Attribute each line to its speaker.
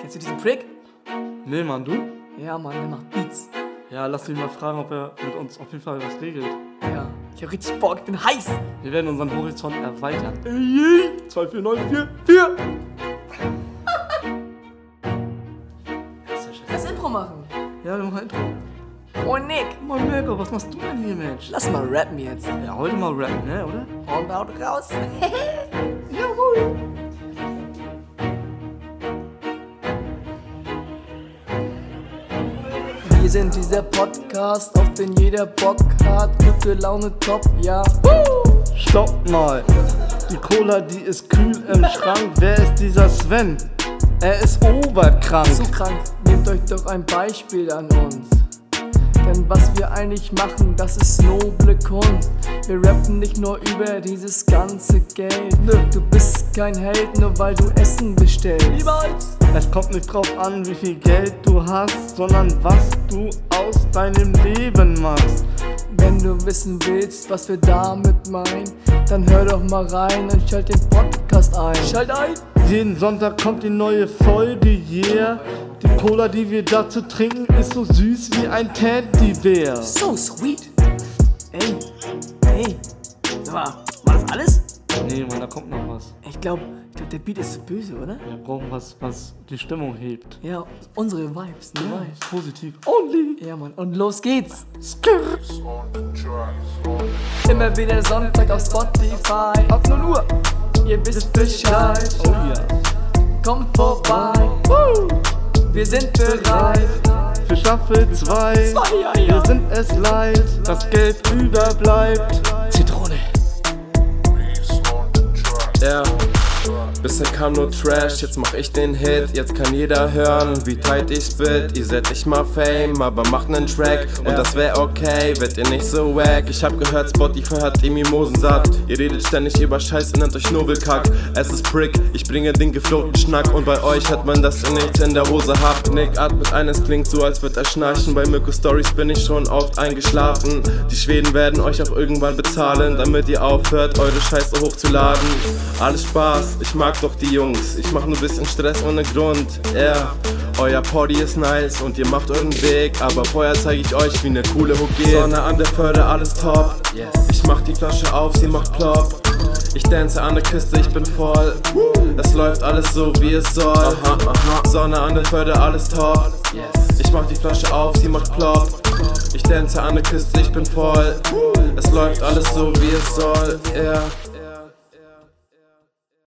Speaker 1: Kennst du diesen Prick?
Speaker 2: Nee, Mann, du?
Speaker 1: Ja, Mann, der macht Beats.
Speaker 2: Ja, lass mich mal fragen, ob er mit uns auf jeden Fall was regelt.
Speaker 1: Ja, ich hab richtig Bock, ich bin heiß.
Speaker 2: Wir werden unseren Horizont erweitern.
Speaker 1: Ey,
Speaker 2: 24944!
Speaker 1: Lass Intro machen.
Speaker 2: Ja, wir machen Intro.
Speaker 1: Oh, Nick.
Speaker 2: Mann, Melko, was machst du denn hier, Mensch?
Speaker 1: Lass mal rappen jetzt.
Speaker 2: Ja, heute mal rappen, ne, oder?
Speaker 1: Und haut raus.
Speaker 2: Jawohl!
Speaker 1: Wir sind dieser Podcast, auf den jeder Bock hat. Gute Laune top, ja.
Speaker 2: Stopp mal! Die Cola, die ist kühl im Schrank. Wer ist dieser Sven? Er ist
Speaker 1: So
Speaker 2: oberkrank.
Speaker 1: krank, nehmt euch doch ein Beispiel an uns. Denn was wir eigentlich machen, das ist noble Kunst. Wir rappen nicht nur über dieses ganze Geld. Du bist kein Held, nur weil du Essen bestellst. Niemals!
Speaker 2: Es kommt nicht drauf an, wie viel Geld du hast, sondern was du aus deinem Leben machst.
Speaker 1: Wenn du wissen willst, was wir damit meinen, dann hör doch mal rein und schalt den Podcast ein. Schalt ein!
Speaker 2: Jeden Sonntag kommt die neue Folge, yeah. Die Cola, die wir dazu trinken, ist so süß wie ein Teddybär.
Speaker 1: So sweet! Ey, ey, sag mal, war das alles?
Speaker 2: Nee, Mann, da kommt noch was.
Speaker 1: Ich glaube, ich glaub, der Beat ist so böse, oder?
Speaker 2: Wir brauchen was, was die Stimmung hebt.
Speaker 1: Ja, unsere Vibes, ne? die Vibes.
Speaker 2: Positiv. Only.
Speaker 1: Ja, Mann, und los geht's!
Speaker 2: Skirps.
Speaker 3: on the tracks.
Speaker 1: Immer wieder Sonntag auf Spotify.
Speaker 2: Ab 0 Uhr.
Speaker 1: Ihr wisst Bescheid,
Speaker 2: Oh ja.
Speaker 1: kommt vorbei.
Speaker 2: Woo.
Speaker 1: Wir sind bereit.
Speaker 2: Für Staffel 2.
Speaker 1: Zwei, ja, ja.
Speaker 2: Wir sind es leid, das Geld überbleibt. Zitrone.
Speaker 3: Beats on the tracks.
Speaker 4: Ja. Bisher kam nur Trash, jetzt mach ich den Hit. Jetzt kann jeder hören, wie tight ich spit. Ihr seid nicht mal Fame, aber macht nen Track. Und das wär okay, werd ihr nicht so wack. Ich hab gehört, Spotify hat ihr Mimosen satt. Ihr redet ständig über Scheiß und nennt euch Nobelkack. Es ist Prick, ich bringe den geflohten Schnack. Und bei euch hat man das nicht in der Hose habt. Nick atmet ein, es klingt so, als wird er schnarchen. Bei Mirko Stories bin ich schon oft eingeschlafen. Die Schweden werden euch auch irgendwann bezahlen, damit ihr aufhört, eure Scheiße hochzuladen. Alles Spaß, ich mag doch die Jungs. Ich mach nur bisschen Stress ohne Grund. Yeah. Euer Party ist nice und ihr macht euren Weg, aber vorher zeige ich euch, wie ne coole Hook geht. Sonne an der Förde, alles top. Ich mach die Flasche auf, sie macht plopp. Ich dance an der Küste, ich bin voll. Es läuft alles so, wie es soll. Sonne an der Förde, alles top. Ich mach die Flasche auf, sie macht plopp. Ich dance an der Küste, ich bin voll. Es läuft alles so, wie es soll. Yeah.